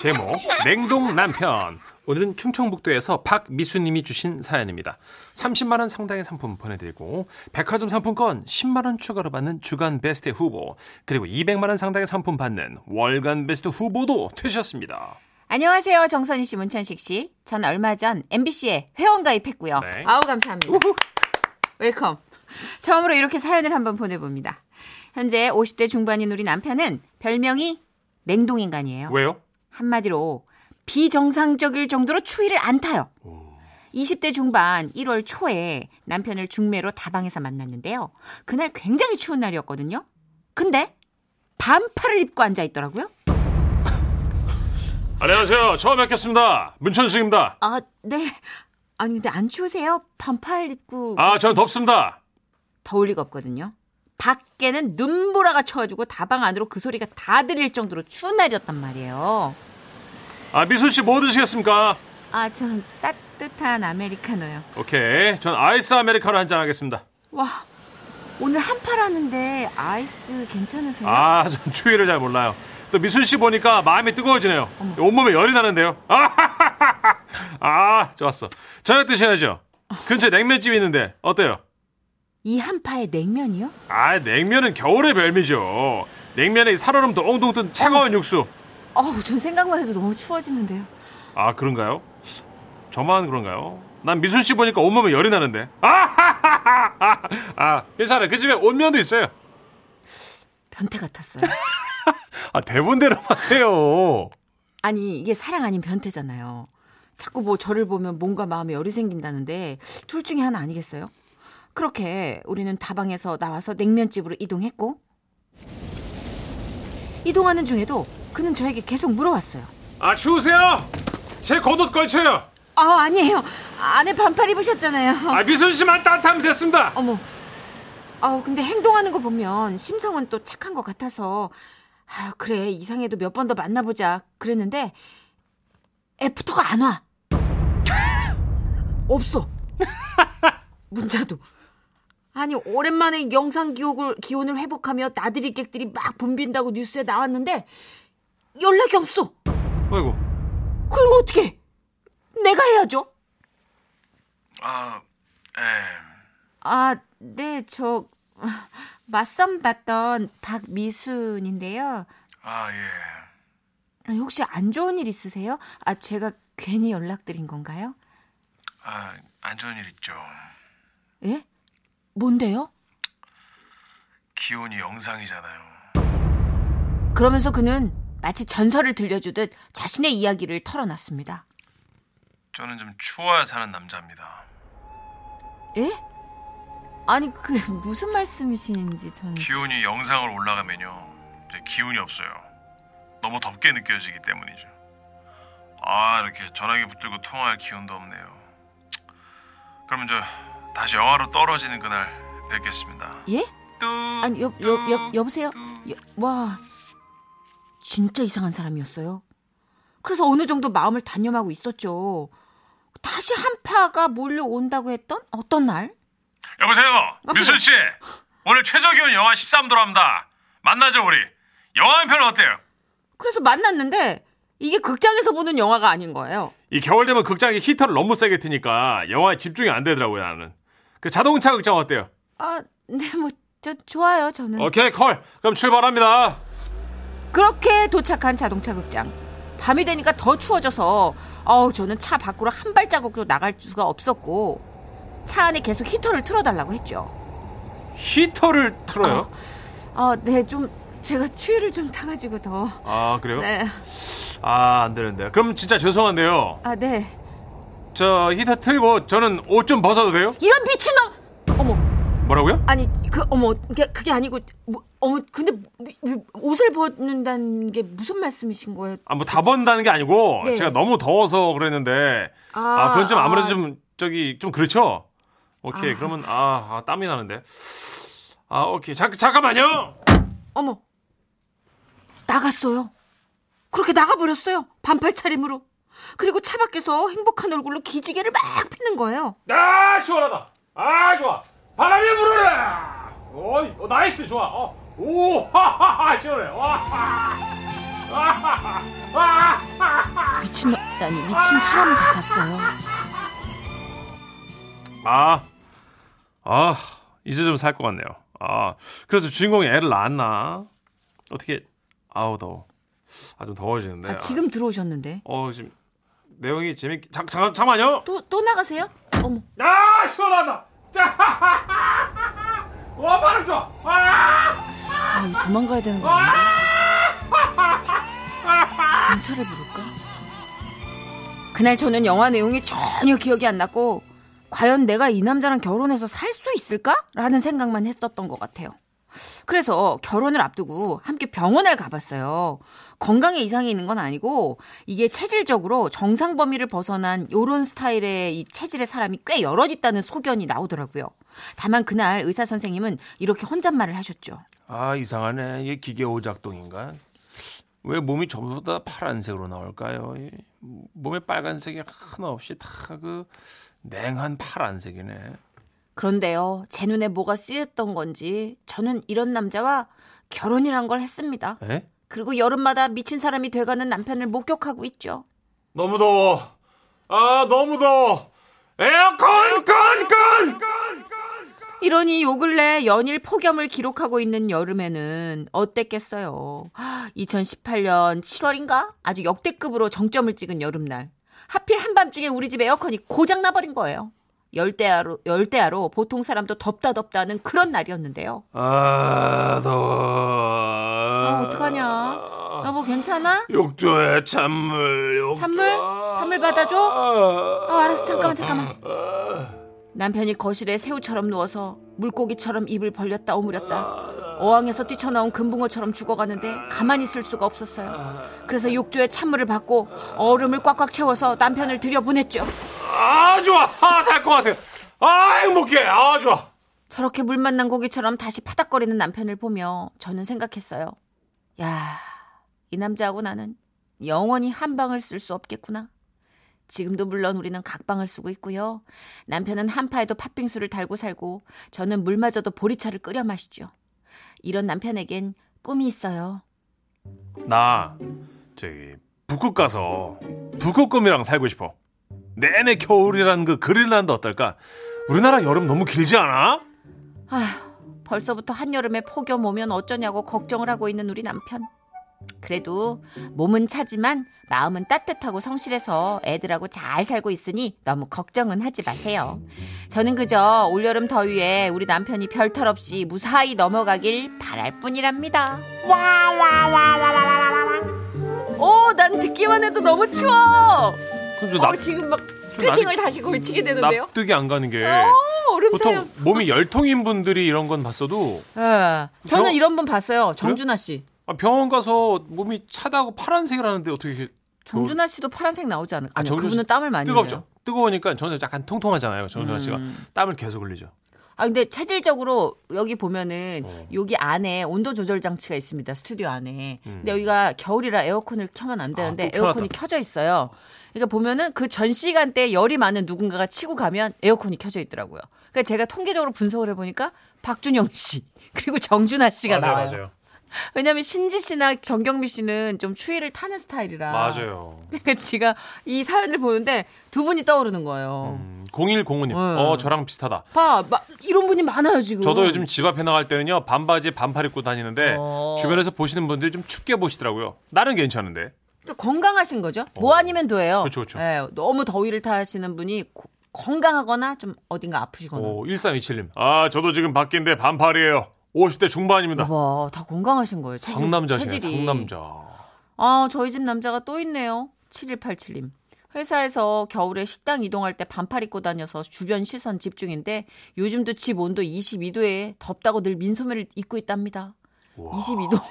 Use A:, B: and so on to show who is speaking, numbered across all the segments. A: 제목 냉동 남편. 오늘은 충청북도에서 박미수님이 주신 사연입니다. 30만 원 상당의 상품 보내드리고 백화점 상품권 10만 원 추가로 받는 주간 베스트 후보 그리고 200만 원 상당의 상품 받는 월간 베스트 후보도 되셨습니다.
B: 안녕하세요. 정선희 씨, 문천식 씨. 전 얼마 전 MBC에 회원 가입했고요.
A: 네.
B: 아우 감사합니다. 웰컴. 처음으로 이렇게 사연을 한번 보내봅니다. 현재 50대 중반인 우리 남편은 별명이 냉동인간이에요.
A: 왜요?
B: 한마디로 비정상적일 정도로 추위를 안 타요. 20대 중반 1월 초에 남편을 중매로 다방에서 만났는데요. 그날 굉장히 추운 날이었거든요. 근데 반팔을 입고 앉아 있더라고요.
A: 안녕하세요. 처음 뵙겠습니다. 문천식입니다.
B: 아, 네. 아니 근데 안 추우세요? 반팔 입고
A: 아, 전 덥습니다.
B: 더울 리가 없거든요. 밖에는 눈보라가 쳐가지고 다방 안으로 그 소리가 다 들릴 정도로 추운 날이었단 말이에요.
A: 아, 미수 씨 뭐 드시겠습니까?
B: 아, 전 따뜻한 아메리카노요.
A: 오케이. 전 아이스 아메리카노 한 잔 하겠습니다.
B: 와, 오늘 한팔 하는데 아이스 괜찮으세요?
A: 아, 전 추위를 잘 몰라요. 또 미순 씨 보니까 마음이 뜨거워지네요.
B: 어머.
A: 온몸에 열이 나는데요. 아, 아, 좋았어. 저녁 드셔야죠. 근처에 냉면집 이 있는데 어때요?
B: 이 한파에 냉면이요?
A: 아, 냉면은 겨울의 별미죠. 냉면에 이 살얼음 동동 뜬 차가운 육수.
B: 어우, 전 생각만 해도 너무 추워지는데요.
A: 아, 그런가요? 저만 그런가요? 난 미순 씨 보니까 온몸에 열이 나는데. 아, 아, 아, 괜찮아요. 그 집에 온면도 있어요.
B: 변태 같았어요.
A: 아, 대본대로만 해요.
B: 아니, 이게 사랑 아닌 변태잖아요. 자꾸 뭐 저를 보면 뭔가 마음에 열이 생긴다는데 둘 중에 하나 아니겠어요? 그렇게 우리는 다방에서 나와서 냉면집으로 이동했고 이동하는 중에도 그는 저에게 계속 물어왔어요.
A: 아, 추우세요? 제 겉옷 걸쳐요.
B: 아, 아니에요. 안에 반팔 입으셨잖아요.
A: 아, 미순 씨만 따뜻하면 됐습니다.
B: 어머. 아우, 근데 행동하는 거 보면 심성은 또 착한 것 같아서 아, 그래. 이상해도 몇 번 더 만나보자. 그랬는데 애프터가 안 와. 없어. 문자도. 아니, 오랜만에 영상 기억을 기온을 회복하며 나들이 객들이 막 붐빈다고 뉴스에 나왔는데 연락이 없어.
A: 아이고.
B: 그 이거 어떻게? 내가 해야죠.
A: 아, 에.
B: 아, 네, 저 맞선 봤던 박미순인데요.
A: 아, 예.
B: 아니, 혹시 안 좋은 일 있으세요? 아, 제가 괜히 연락드린 건가요?
C: 아, 안 좋은 일 있죠.
B: 예? 뭔데요?
C: 기온이 영상이잖아요.
B: 그러면서 그는 마치 전설을 들려주듯 자신의 이야기를 털어놨습니다.
C: 저는 좀 추워야 사는 남자입니다.
B: 예? 아니, 그게 무슨 말씀이신지 저는
C: 기온이 영상을 올라가면요. 이제 기운이 없어요. 너무 덥게 느껴지기 때문이죠. 아, 이렇게 전화기 붙들고 통화할 기운도 없네요. 그럼 저 다시 영화로 떨어지는 그날 뵙겠습니다.
B: 예?
C: 뚜.
B: 아니, 여, 여,
C: 음.
B: 여, 여보세요? 여- 와, 진짜 이상한 사람이었어요. 그래서 어느 정도 마음을 단념하고 있었죠. 다시 한파가 몰려온다고 했던 어떤 날?
C: 여보세요.
A: 아,
C: 미순
A: 네.
C: 씨. 오늘 최저 기온 영하 13도로 합니다. 만나죠, 우리. 영화 한 편 어때요?
B: 그래서 만났는데 이게 극장에서 보는 영화가 아닌 거예요.
A: 이 겨울 되면 극장이 히터를 너무 세게 트니까 영화에 집중이 안 되더라고요, 나는. 그 자동차 극장 어때요?
B: 아, 네, 뭐, 저, 좋아요, 저는.
A: 오케이, 콜. 그럼 출발합니다.
B: 그렇게 도착한 자동차 극장. 밤이 되니까 더 추워져서 어우 저는 차 밖으로 한 발자국도 나갈 수가 없었고 차 안에 계속 히터를 틀어달라고 했죠.
A: 히터를 틀어요?
B: 아, 네, 좀 제가 추위를 좀 타가지고 더.
A: 아, 그래요?
B: 네,
A: 아, 안 되는데. 그럼 진짜 죄송한데요.
B: 아, 네.
A: 저 히터 틀고 저는 옷 좀 벗어도 돼요?
B: 이런 미친놈! 어머,
A: 뭐라고요?
B: 아니 그 어머 그게 그게 아니고 뭐, 어머 근데 뭐, 옷을 벗는다는 게 무슨 말씀이신 거예요?
A: 아, 뭐 다 번다는 게 아니고
B: 네.
A: 제가 너무 더워서 그랬는데 아, 그건 좀 아무래도 좀 저기 좀 그렇죠. 오케이.
B: 아.
A: 그러면 아, 아, 땀이 나는데. 아, 오케이. 잠 잠깐만요.
B: 어머 나갔어요. 그렇게 나가버렸어요. 반팔 차림으로. 그리고 차 밖에서 행복한 얼굴로 기지개를 막 피는 거예요.
A: 아 시원하다. 아 좋아. 바람이 불어라. 오, 어, 나이스 좋아. 어, 오, 하하하 시원해. 와.
B: 미친 아니 미친 사람 같았어요.
A: 아, 아, 이제 좀 살 것 같네요. 아, 그래서 주인공이 애를 낳았나? 어떻게, 아우, 더워. 아, 좀 더워지는데.
B: 아, 지금 들어오셨는데
A: 아, 어, 지금 내용이 재밌게. 잠, 잠깐, 잠깐만요!
B: 또 또 나가세요? 어머
A: 아, 시원하다! 자, 와, 바람 좋아! 아!
B: 아 이거 도망가야 되는 거 아닌가? 경찰을 부를까? 그날 저는 영화 내용이 전혀 기억이 안 났고 과연 내가 이 남자랑 결혼해서 살 수 있을까라는 생각만 했었던 것 같아요. 그래서 결혼을 앞두고 함께 병원을 가봤어요. 건강에 이상이 있는 건 아니고 이게 체질적으로 정상 범위를 벗어난 요런 스타일의 이 체질의 사람이 꽤 여럿 있다는 소견이 나오더라고요. 다만 그날 의사 선생님은 이렇게 혼잣말을 하셨죠.
A: 아, 이상하네. 이게 기계 오작동인가? 왜 몸이 전부 다 파란색으로 나올까요? 이 몸에 빨간색이 하나 없이 다 그 냉한 파란색이네.
B: 그런데요, 제 눈에 뭐가 쓰였던 건지 저는 이런 남자와 결혼이란 걸 했습니다.
A: 에?
B: 그리고 여름마다 미친 사람이 돼가는 남편을 목격하고 있죠.
A: 너무 더워. 아 너무 더워. 에어컨 끈끈.
B: 이러니 요 근래 연일 폭염을 기록하고 있는 여름에는 어땠겠어요. 2018년 7월인가? 아주 역대급으로 정점을 찍은 여름날. 하필 한밤중에 우리 집 에어컨이 고장 나버린 거예요. 열대야로 열대야로 보통 사람도 덥다 덥다 하는 그런 날이었는데요.
A: 아 더워.
B: 아, 어떡하냐. 여보 괜찮아?
A: 욕조에 찬물. 욕조.
B: 찬물? 찬물 받아줘? 아, 알았어. 잠깐만, 잠깐만. 남편이 거실에 새우처럼 누워서 물고기처럼 입을 벌렸다 오므렸다 어항에서 뛰쳐나온 금붕어처럼 죽어가는데 가만히 있을 수가 없었어요. 그래서 욕조에 찬물을 받고 얼음을 꽉꽉 채워서 남편을 들여보냈죠.
A: 아 좋아. 아살것 같아. 아 행복해. 아 좋아.
B: 저렇게 물 만난 고기처럼 다시 파닥거리는 남편을 보며 저는 생각했어요. 야, 이 남자하고 나는 영원히 한 방을 쓸 수 없겠구나. 지금도 물론 우리는 각방을 쓰고 있고요. 남편은 한파에도 팥빙수를 달고 살고 저는 물마저도 보리차를 끓여 마시죠. 이런 남편에겐 꿈이 있어요.
A: 나 저기 북극 가서 북극곰이랑 살고 싶어. 내내 겨울이라는 그 그린란드 어떨까? 우리나라 여름 너무 길지 않아?
B: 아, 벌써부터 한여름에 폭염 오면 어쩌냐고 걱정을 하고 있는 우리 남편. 그래도 몸은 차지만 마음은 따뜻하고 성실해서 애들하고 잘 살고 있으니 너무 걱정은 하지 마세요. 저는 그저 올여름 더위에 우리 남편이 별탈 없이 무사히 넘어가길 바랄 뿐이랍니다. 오, 난 듣기만 해도 너무 추워.
A: 그럼 좀
B: 어,
A: 납,
B: 지금 막
A: 좀 아직
B: 패딩을 다시 걸치게 되는데요.
A: 납득이 안 가는 게
B: 어, 얼음 사요.
A: 보통 몸이 열통인 분들이 이런 건 봤어도
B: 예. 저는
A: 저-
B: 이런 분 봤어요. 정준하 씨.
A: 아, 병원 가서 몸이 차다고 파란색이라는데 어떻게 이렇게
B: 정준하 씨도 파란색 나오지 않을까? 아니,
A: 정준하
B: 그분은
A: 씨
B: 땀을 많이
A: 뜨겁죠?
B: 흘려요. 음.
A: 뜨거우니까 저는 약간 통통하잖아요. 정준하 씨가 땀을 계속 흘리죠.
B: 아 근데 체질적으로 여기 보면은
A: 어.
B: 여기 안에 온도 조절 장치가 있습니다. 스튜디오 안에.
A: 음.
B: 근데 여기가 겨울이라 에어컨을 켜면 안 되는데
A: 또
B: 에어컨이
A: 켜놨다.
B: 켜져 있어요. 그러니까 보면은 그 전 시간대 열이 많은 누군가가 치고 가면 에어컨이 켜져 있더라고요. 그러니까 제가 통계적으로 분석을 해 보니까 박준영 씨 그리고 정준하 씨가 나와요. 왜냐면 신지 씨나 정경미 씨는 좀 추위를 타는 스타일이라.
A: 맞아요.
B: 그러니까 제가 이 사연을 보는데 두 분이 떠오르는 거예요.
A: 음, 0105님,
B: 음.
A: 어 저랑 비슷하다.
B: 봐, 마- 이런 분이 많아요 지금.
A: 저도 요즘 집 앞에 나갈 때는요 반바지에 반팔 입고 다니는데
B: 음. 어.
A: 주변에서 보시는 분들이 좀 춥게 보시더라고요. 나는 괜찮은데.
B: 그러니까 건강하신 거죠. 뭐 아니면 도예요.
A: 어. 그쵸, 그쵸.
B: 예, 너무 더위를 타시는 분이 고- 건강하거나 좀 어딘가 아프시거나.
A: 오 1327님. 아 저도 지금 밖인데 반팔이에요. 50대 중반입니다.
B: 와, 다 건강하신 거예요. 체질,
A: 상남자시네.
B: 어, 체질이.
A: 상남자.
B: 아, 저희 집 남자가 또 있네요. 7187님. 회사에서 겨울에 식당 이동할 때 반팔 입고 다녀서 주변 시선 집중인데 요즘도 집 온도 22도에 덥다고 늘 민소매를 입고 있답니다. 22도.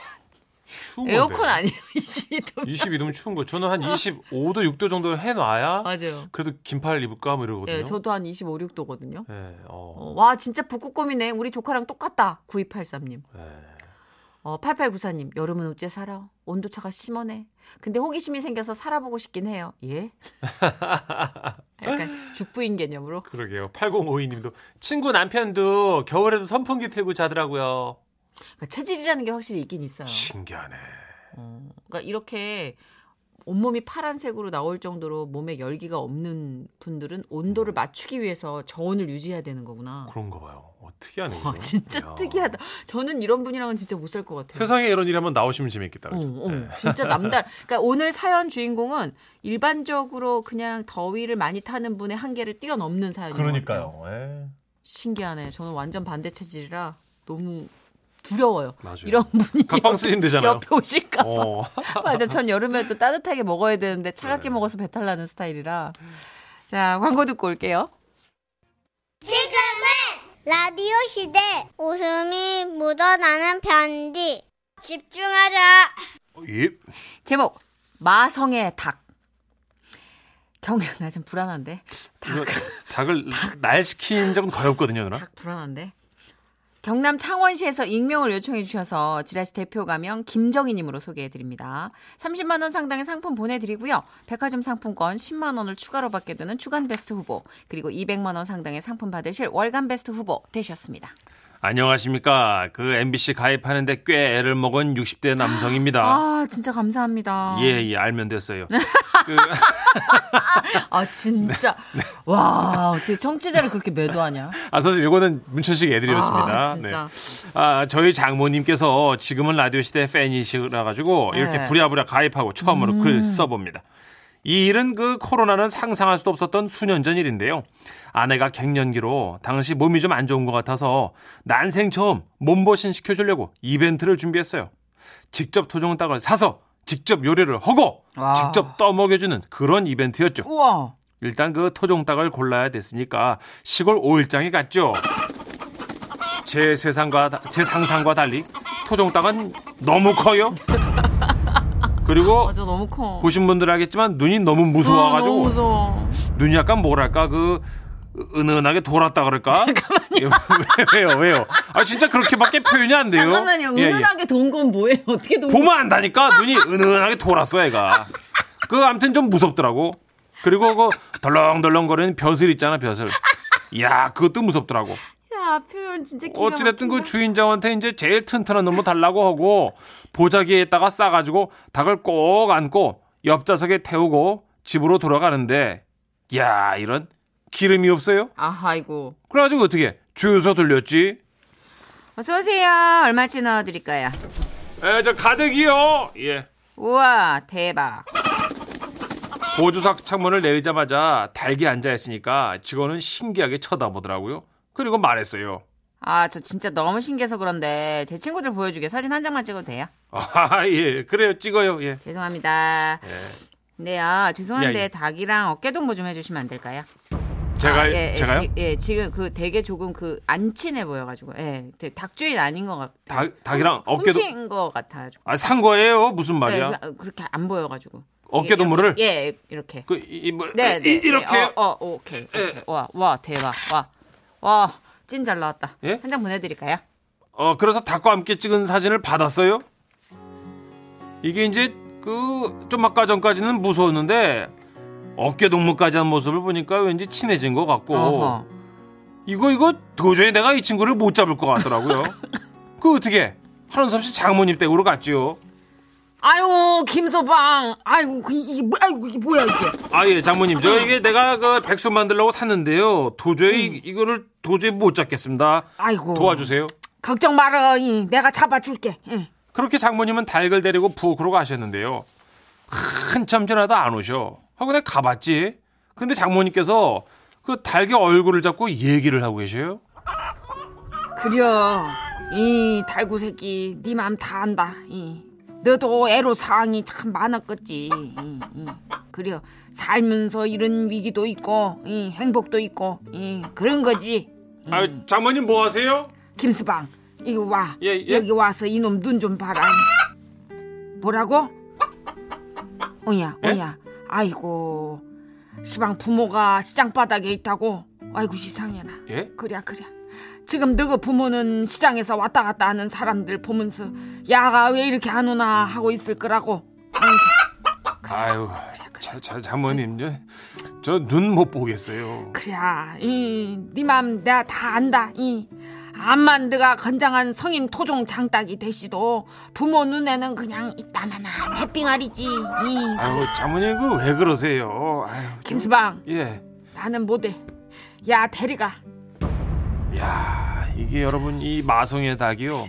A: 추운
B: 에어컨
A: 건데.
B: 아니에요. 22도.
A: 22도면 추운 거. 저는 한 25도, 6도 정도 해놔야
B: 맞아요.
A: 그래도 긴팔 입을까 뭐 이러거든요.
B: 예, 저도 한 25, 6도거든요.
A: 예, 어,
B: 어, 와 진짜 북극곰이네. 우리 조카랑 똑같다. 9283님.
A: 예.
B: 어, 8894님. 여름은 어째 살아? 온도차가 심하네. 근데 호기심이 생겨서 살아보고 싶긴 해요. 예? 약간 죽부인 개념으로.
A: 그러게요. 8052님도 친구 남편도 겨울에도 선풍기 틀고 자더라고요.
B: 어. 그러니까 체질이라는 게 확실히 있긴 있어요.
A: 신기하네.
B: 어, 그러니까 이렇게 온몸이 파란색으로 나올 정도로 몸에 열기가 없는 분들은 온도를 맞추기 위해서 저온을 유지해야 되는 거구나.
A: 음. 그런가 봐요. 어, 특이하네.
B: 와,
A: 이거.
B: 진짜
A: 이야.
B: 특이하다. 저는 이런 분이랑은 진짜 못 살 것 같아요.
A: 세상에 이런 일 한번 나오시면 재밌겠다. 그죠?
B: 어, 어,
A: 네.
B: 진짜 남달. 그러니까 오늘 사연 주인공은 일반적으로 그냥 더위를 많이 타는 분의 한계를 뛰어넘는 사연인 것 같아요.
A: 그러니까요. 예.
B: 신기하네. 저는 완전 반대 체질이라 너무 두려워요.
A: 맞아요.
B: 이런 분이
A: 각방 쓰시면 되잖아요.
B: 옆에 오실까 봐.
A: 어.
B: 맞아. 전 여름에 또 따뜻하게 먹어야 되는데 차갑게
A: 네.
B: 먹어서 배탈 나는 스타일이라. 자, 광고 듣고 올게요.
D: 라디오 시대 웃음이 묻어나는 편지 집중하자
A: 예.
B: 제목 마성의 닭. 경영 나좀 불안한데.
A: 이거 닭을 날 시킨 적은 거의 없거든요, 누나.
B: 닭 불안한데. 경남 창원시에서 익명을 요청해 주셔서 지라시 대표 가명 김정희님으로 소개해 드립니다. 30만 원 상당의 상품 보내드리고요. 백화점 상품권 10만 원을 추가로 받게 되는 주간 베스트 후보 그리고 200만 원 상당의 상품 받으실 월간 베스트 후보 되셨습니다.
A: 안녕하십니까. 그 MBC 가입하는데 꽤 애를 먹은 60대 남성입니다.
B: 아 진짜 감사합니다.
A: 예, 예, 알면 됐어요. 그,
B: 아 진짜
A: 네.
B: 와 어떻게 청취자를 그렇게 매도하냐?
A: 아, 선생님, 요거는 문천식 애들이었습니다. 네.
B: 아, 진짜.
A: 아, 저희 장모님께서 지금은 라디오 시대 팬이시라 가지고 이렇게
B: 네.
A: 부랴부랴 가입하고 처음으로 글 써봅니다. 이 일은 그 코로나는 상상할 수도 없었던 수년 전 일인데요. 아내가 갱년기로 당시 몸이 좀 안 좋은 것 같아서 난생 처음 몸보신 시켜주려고 이벤트를 준비했어요. 직접 토종 닭을 사서 직접 요리를 하고
B: 와.
A: 직접 떠먹여주는 그런 이벤트였죠.
B: 우와
A: 일단 그 토종닭을 골라야 됐으니까 시골 5일장에 갔죠. 제 세상과 다- 제 상상과 달리 토종닭은 너무 커요. 그리고
B: 맞아 너무 커.
A: 보신 분들 알겠지만 눈이 너무
B: 아, 너무
A: 무서워가지고
B: 무서워.
A: 눈이 약간 뭐랄까 그 은은하게 돌았다 그럴까? 잠깐만요. 왜요 왜요? 아 진짜 그렇게밖에 표현이 안 돼요.
B: 잠깐만요.
A: 예, 예.
B: 은은하게 돈 건 뭐예요? 어떻게 돈?
A: 보면 안다니까 눈이 은은하게 돌았어 애가 그 암튼 좀 무섭더라고 그리고 그 덜렁덜렁거리는 벼슬 있잖아 벼슬 야 그것도 무섭더라고
B: 야 표현 진짜 기가
A: 어찌됐든 그
B: 막힌다.
A: 주인장한테 이제 제일 튼튼한 놈을 달라고 하고 보자기에다가 싸가지고 닭을 꼭 안고 옆좌석에 태우고 집으로 돌아가는데 야 이런 기름이 없어요
B: 아하 이고
A: 그래가지고 어떻게 주유소 돌렸지
B: 어서 오세요. 얼마치 넣어드릴까요?
A: 에 저 가득이요 예
B: 우와 대박.
A: 보조석 창문을 내리자마자 닭이 앉아 있으니까 직원은 신기하게 쳐다보더라고요. 그리고 말했어요.
B: 아 저 진짜 너무 신기해서 그런데 제 친구들 보여주게 사진 한 장만 찍어도 돼요?
A: 아, 예. 그래요. 찍어요. 예.
B: 죄송합니다. 네요 죄송한데
A: 야, 이-
B: 닭이랑 어깨 동무 좀 해주시면 안 될까요?
A: 제가
B: 아, 예, 예,
A: 제가요?
B: 지, 예 지금 그 되게 조금 그 안 친해 보여가지고 예 되게 닭 주인 아닌 것 같.
A: 닭, 닭이랑 어깨도
B: 음, 훔친 것 같아가지고.
A: 아, 산 거예요. 무슨 말이야?
B: 네, 그- 그렇게 안 보여가지고.
A: 어깨 동무를?
B: 예, 예, 이렇게.
A: 그 이, 뭐,
B: 네, 네,
A: 이, 이렇게 예.
B: 네, 어, 어, 오케이. 오케이. 와, 와, 대박. 와, 와, 찐 잘 나왔다.
A: 예?
B: 한 장 보내드릴까요?
A: 어, 그래서 닭과 함께 찍은 사진을 받았어요. 이게 이제 그좀 아까 전까지는 무서웠는데 어깨 동무까지 한 모습을 보니까 왠지 친해진 것 같고
B: 어허.
A: 이거 이거 도저히 내가 이 친구를 못 잡을 것 같더라고요. 그 어떻게 한원섭 씨 장모님 댁으로 갔지요.
B: 아유, 김소방. 아이고, 그, 이게, 뭐, 아이고, 이게 뭐야, 이게.
A: 아 예 장모님 저 이게 내가 그 백수 만들려고 샀는데요. 도저히 이거를 도저히 못 잡겠습니다.
B: 음. 아이고.
A: 도와주세요.
B: 걱정 말아. 이, 내가 잡아줄게. 응.
A: 그렇게 장모님은 닭을 데리고 부엌으로 가셨는데요. 한참 지나다 안 오셔. 하고 내가 가봤지. 근데 장모님께서 그 닭의 얼굴을 잡고 얘기를 하고 계셔요.
B: 그려. 이, 달구 새끼, 네 마음 다 안다. 이. 너도 애로 사항이 참 많았겠지. 이, 이. 그려. 살면서 이런 위기도 있고, 이, 행복도 있고, 이, 그런 거지.
A: 아
B: 음.
A: 장모님 뭐 하세요?
B: 김스방 이기 와
A: 예, 예.
B: 여기 와서 이놈 눈 좀 봐라 뭐라고? 오야
A: 예?
B: 오야 아이고 시방 부모가 시장 바닥에 있다고 아이고 시상해라
A: 예?
B: 그래 그래 지금 너그 부모는 시장에서 왔다 갔다 하는 사람들 보면서 야가 왜 이렇게 안 오나 하고 있을 거라고
A: 아유, 자, 자, 장모님 저 눈 못 보겠어요.
E: 네
B: 그래 이네 마음 내가 다 안다 이
E: 암만드가 건장한 성인 토종 장딱이 되시도 부모 눈에는 그냥 이따만한 햇빙아리지. 이
A: 아유 자모님 그 왜 그러세요? 아유
E: 김수방
A: 예.
E: 나는 못해. 야 대리가
A: 야 이게 여러분 이 마성의 닭이요.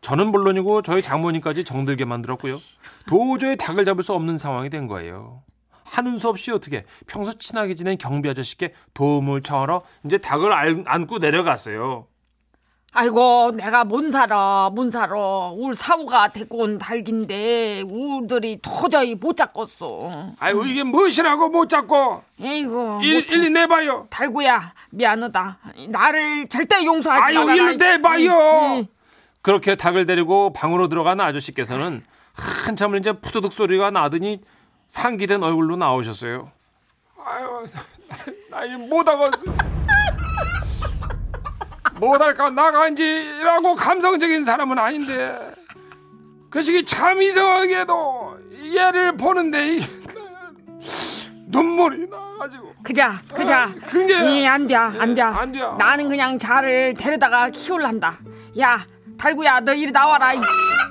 A: 저는 물론이고 저희 장모님까지 정들게 만들었고요. 도저히 닭을 잡을 수 없는 상황이 된 거예요. 하는 수 없이 어떻게 평소 친하게 지낸 경비 아저씨께 도움을 청하러 이제 닭을 알- 안고 내려갔어요.
E: 아이고 내가 못 살아 못 살아 울 사우가 데리고 온 닭인데 우들이 도저히 못 잡겠어
A: 아이고 이게 무엇이라고 못 잡고
E: 에이구
A: 일, 일리 내봐요.
E: 달구야 미안하다 나를 절대 용서하지
A: 아유,
E: 말아라
A: 일로 내봐요.
E: 이, 이.
A: 그렇게 닭을 데리고 방으로 들어간 아저씨께서는 한참을 이제 푸드득 소리가 나더니 상기된 얼굴로 나오셨어요. 아유, 나 이거 못하겠어. 못할까 나간지라고 감성적인 사람은 아닌데 그 시기 참 이상하게도 얘를 보는데 이게 눈물이 나가지고
E: 그자 그자
A: 아, 그게-
E: 이 안돼 안돼
A: 안 돼.
E: 나는 그냥 자를 데려다가 키울란다 야 달구야 너 이리 나와라 이.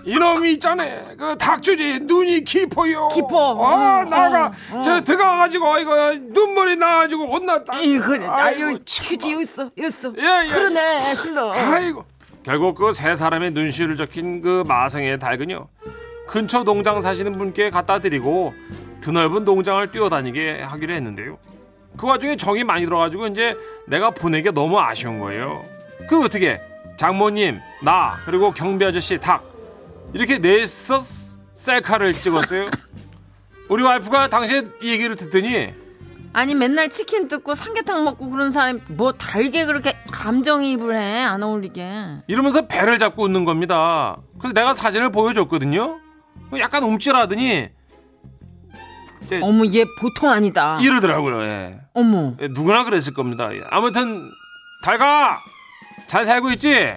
A: 이놈이 있잖아. 그 닭주지 눈이 깊어요.
E: 깊어.
A: 아
E: 응,
A: 나가
E: 응, 응.
A: 저 들어가가지고 이거 눈물이 나가지고 혼났다.
E: 어. 이 그래 아유
A: 아이고, 참.
E: 휴지 있어 있어
A: 예, 예.
E: 흐르네 흘러
A: 아이고. 결국 그 세 사람의 눈시울을 적힌 그 마성의 닭은요. 근처 농장 사시는 분께 갖다 드리고 드넓은 농장을 뛰어다니게 하기로 했는데요. 그 와중에 정이 많이 들어가지고 이제 내가 보내기 너무 아쉬운 거예요. 그 어떻게 장모님 나 그리고 경비 아저씨 닭 이렇게 넷이서 셀카를 찍었어요. 우리 와이프가 당시 이 얘기를 듣더니
B: 아니 맨날 치킨 뜯고 삼계탕 먹고 그런 사람이 뭐 달게 그렇게 감정이입을 해 안 어울리게
A: 이러면서 배를 잡고 웃는 겁니다. 그래서 내가 사진을 보여줬거든요. 약간 움찔하더니
B: 어머 얘 보통 아니다
A: 이러더라고요. 예.
B: 어머
A: 예, 누구나 그랬을 겁니다. 예. 아무튼 달가 잘 살고 있지?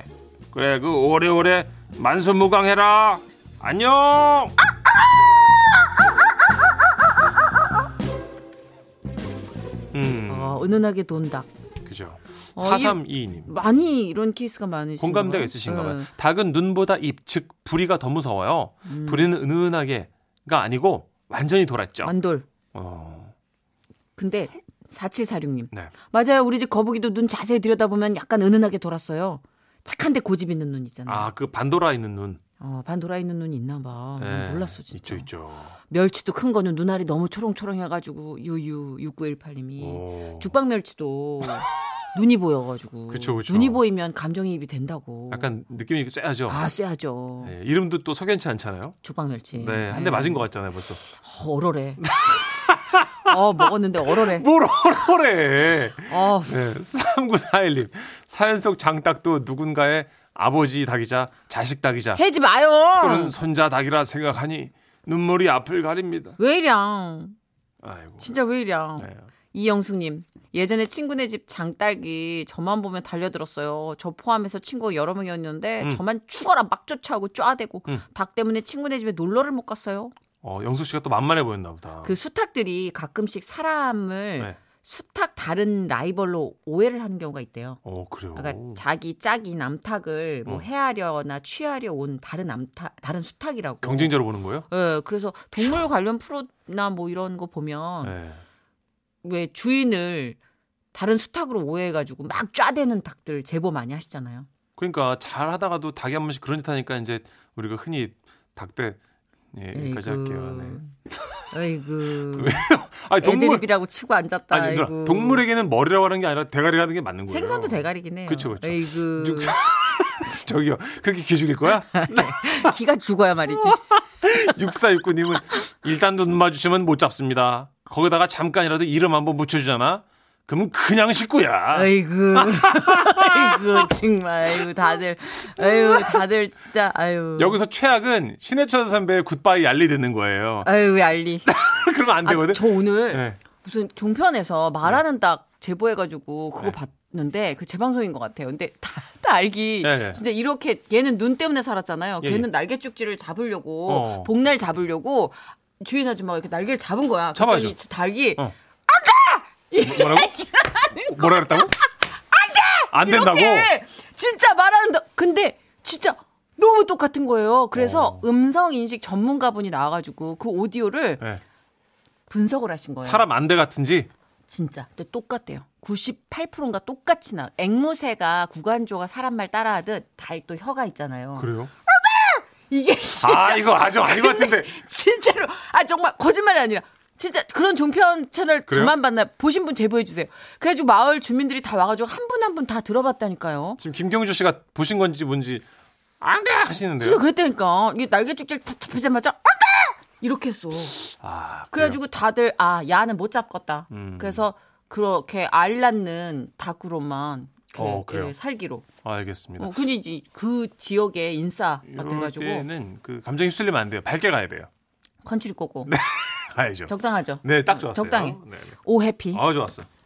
A: 그래 그 오래오래 만수무강해라. 안녕. 음,
B: 어, 은은하게 돈다
A: 그죠.
B: 어,
A: 4322님.
B: 많이 이런 케이스가 많으신
A: 공감대가
B: 거예요?
A: 있으신가 봐요.
B: 네.
A: 닭은 눈보다 입, 즉 부리가 더 무서워요.
B: 음.
A: 부리는 은은하게가 아니고 완전히 돌았죠.
B: 완돌
A: 어,
B: 근데 4746님
A: 네.
B: 맞아요 우리 집 거북이도 눈 자세히 들여다보면 약간 은은하게 돌았어요 착한데 고집 있는 눈 있잖아요
A: 아, 그 반돌아 있는 눈.
B: 어, 반 돌아 있는 눈이 있나 봐
A: 예,
B: 난 몰랐어 진짜
A: 있죠, 있죠.
B: 멸치도 큰 거는 눈알이 너무 초롱초롱해가지고 유유 6918님이
A: 오.
B: 죽방 멸치도 눈이 보여가지고
A: 그쵸, 그쵸.
B: 눈이 보이면 감정이입이 된다고.
A: 약간 느낌이 이렇게 쎄하죠.
B: 아 쎄하죠.
A: 네, 이름도 또 석연치 않잖아요.
B: 죽방 멸치.
A: 네, 한 대 맞은 것 같잖아요, 벌써.
B: 어, 얼얼해. 어 먹었는데 얼얼해.
A: 뭘 허래.
B: 어
A: 네, 3941님. 사연 속 장닭도 누군가의 아버지 닭이자 자식 닭이자
B: 해지 마요. 아.
A: 또는 손자 닭이라 생각하니 눈물이 앞을 가립니다.
B: 왜 이랴.
A: 아이고.
B: 진짜 왜 이랴.
A: 네.
B: 이영숙님 예전에 친구네 집 장딸기 저만 보면 달려들었어요. 저 포함해서 친구가 여러 명이었는데
A: 음.
B: 저만 죽어라 막 쫓아오고 쪼아대고
A: 음.
B: 닭 때문에 친구네 집에 놀러를 못 갔어요.
A: 어, 영숙 씨가 또 만만해 보였나 보다.
B: 그 수탉들이 가끔씩 사람을
A: 어. 네.
B: 수탉 다른 라이벌로 오해를 하는 경우가 있대요.
A: 어, 그래요.
B: 그러니까 자기 짝이 남탉을 뭐
A: 어.
B: 해하려나 취하려 온 다른 남탉 다른 수탉이라고.
A: 경쟁자로 보는 거예요?
B: 예, 그래서 동물 관련 프로나 뭐 이런 거 보면
A: 네.
B: 왜 주인을 다른 수탉으로 오해해가지고 막 쫙대는 닭들 제보 많이 하시잖아요. 어.
A: 그러니까 잘 하다가도 닭이 한 번씩 그런 짓 하니까 이제 우리가 흔히 닭대 예, 여기까지 할게요. 네.
B: 아이고.
A: 아니 동물
B: 애드립이라고 치고 앉았다.
A: 아니 누나
B: 아이고.
A: 동물에게는 머리라고 하는 게 아니라 대가리가 하는 게 맞는 거예요.
B: 생선도 대가리긴 해요.
A: 그쵸, 그쵸.
B: 아이고.
A: 육- 저기요. 그게 기죽일 거야?
B: 기가 죽어야 말이지.
A: 6469님은 일단 눈 마주치면 못 잡습니다. 거기다가 잠깐이라도 이름 한번 묻혀주잖아. 그러면 그냥 식구야.
B: 아이고, 아이고 정말, 아이고 다들, 아이고 다들 진짜, 아이고,
A: 여기서 최악은 신해철 선배의 굿바이 알리 듣는 거예요.
B: 아이고 알리.
A: 그러면 안
B: 아,
A: 되거든.
B: 저 오늘
A: 네.
B: 무슨 종편에서 말하는 닭 제보해가지고
A: 네.
B: 그거 봤는데 그 재방송인 것 같아요. 근데 다, 다 알기
A: 네, 네.
B: 진짜 이렇게 얘는 눈 때문에 살았잖아요.
A: 예,
B: 걔는 날개 쭉지를 잡으려고
A: 어.
B: 복날 잡으려고 주인 아줌마가 이렇게 날개를 잡은 거야.
A: 잡아야죠.
B: 그랬더니 닭이
A: 어. 뭐- 뭐라고? 뭐라 그랬다고? 안 돼! 안 된다고?
B: 이렇게 진짜 말하는데 근데 진짜 너무 똑같은 거예요.
A: 어.
B: 그래서 음성 인식 전문가분이 나와가지고 그 오디오를
A: 네.
B: 분석을 하신 거예요.
A: 사람 안대 같은지
B: 진짜 근데 똑같대요. 98%인가 똑같이 나. 앵무새가 구간조가 사람 말 따라하듯 달 또 혀가 있잖아요.
A: 그래요?
B: 이게 진짜
A: 아 이거 아주 아닌 것 같은데.
B: 진짜로 아 정말 거짓말이 아니라 진짜 그런 종편 채널
A: 그래요?
B: 저만 봤나 보신 분 제보해 주세요. 그래가지고 마을 주민들이 다 와가지고 한 분 한 분 다 들어봤다니까요.
A: 지금 김경주 씨가 보신 건지 뭔지 안돼 하시는데요.
B: 진짜 그랬다니까 이게 날개 쭉질 다 잡히자마자 안돼 이렇게 했어.
A: 아 그래요?
B: 그래가지고 다들 아 야는 못 잡겠다.
A: 음.
B: 그래서 그렇게 알 낳는 닭으로만 이렇게,
A: 어, 그래요?
B: 예, 살기로.
A: 알겠습니다.
B: 어, 근데 이제 그 지역의 인싸
A: 이럴
B: 어, 같아가지고
A: 때는 그 감정 휩쓸리면 안 돼요. 밝게 가야 돼요.
B: 컨츄리 꼬고
A: 가야죠.
B: 적당하죠.
A: 네, 딱 좋았어요.
B: 적당해.
A: 네, 네.
B: 오 해피.
A: 아 좋았어.